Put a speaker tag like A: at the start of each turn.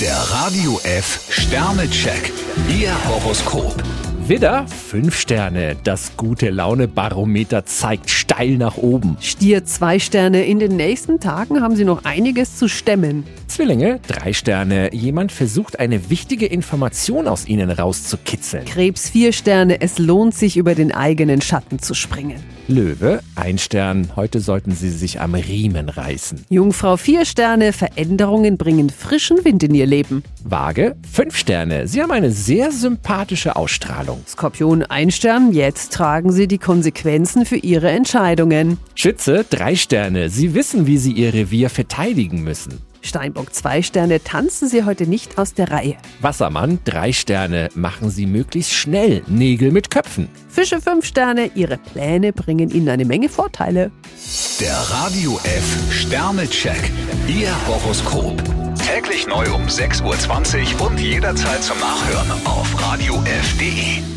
A: Der Radio F Sternecheck. Ihr Horoskop.
B: Widder, 5 Sterne. Das gute Laune-Barometer zeigt steil nach oben.
C: Stier zwei Sterne. In den nächsten Tagen haben Sie noch einiges zu stemmen.
B: Zwillinge, 3 Sterne. Jemand versucht, eine wichtige Information aus ihnen rauszukitzeln.
C: Krebs vier Sterne. Es lohnt sich, über den eigenen Schatten zu springen.
B: Löwe, 1 Stern. Heute sollten sie sich am Riemen reißen.
C: Jungfrau vier Sterne. Veränderungen bringen frischen Wind in Ihr Leben.
B: Waage, 5 Sterne. Sie haben eine sehr sympathische Ausstrahlung.
C: Skorpion ein Stern. Jetzt tragen Sie die Konsequenzen für Ihre Entscheidungen.
B: Schütze, 3 Sterne. Sie wissen, wie sie ihr Revier verteidigen müssen.
C: Steinbock zwei Sterne. Tanzen Sie heute nicht aus der Reihe.
B: Wassermann, 3 Sterne. Machen Sie möglichst schnell Nägel mit Köpfen.
C: Fische fünf Sterne. Ihre Pläne bringen Ihnen eine Menge Vorteile.
A: Der Radio F Sternecheck. Ihr Horoskop. Täglich neu um 6.20 Uhr und jederzeit zum Nachhören auf Radio radiof.de.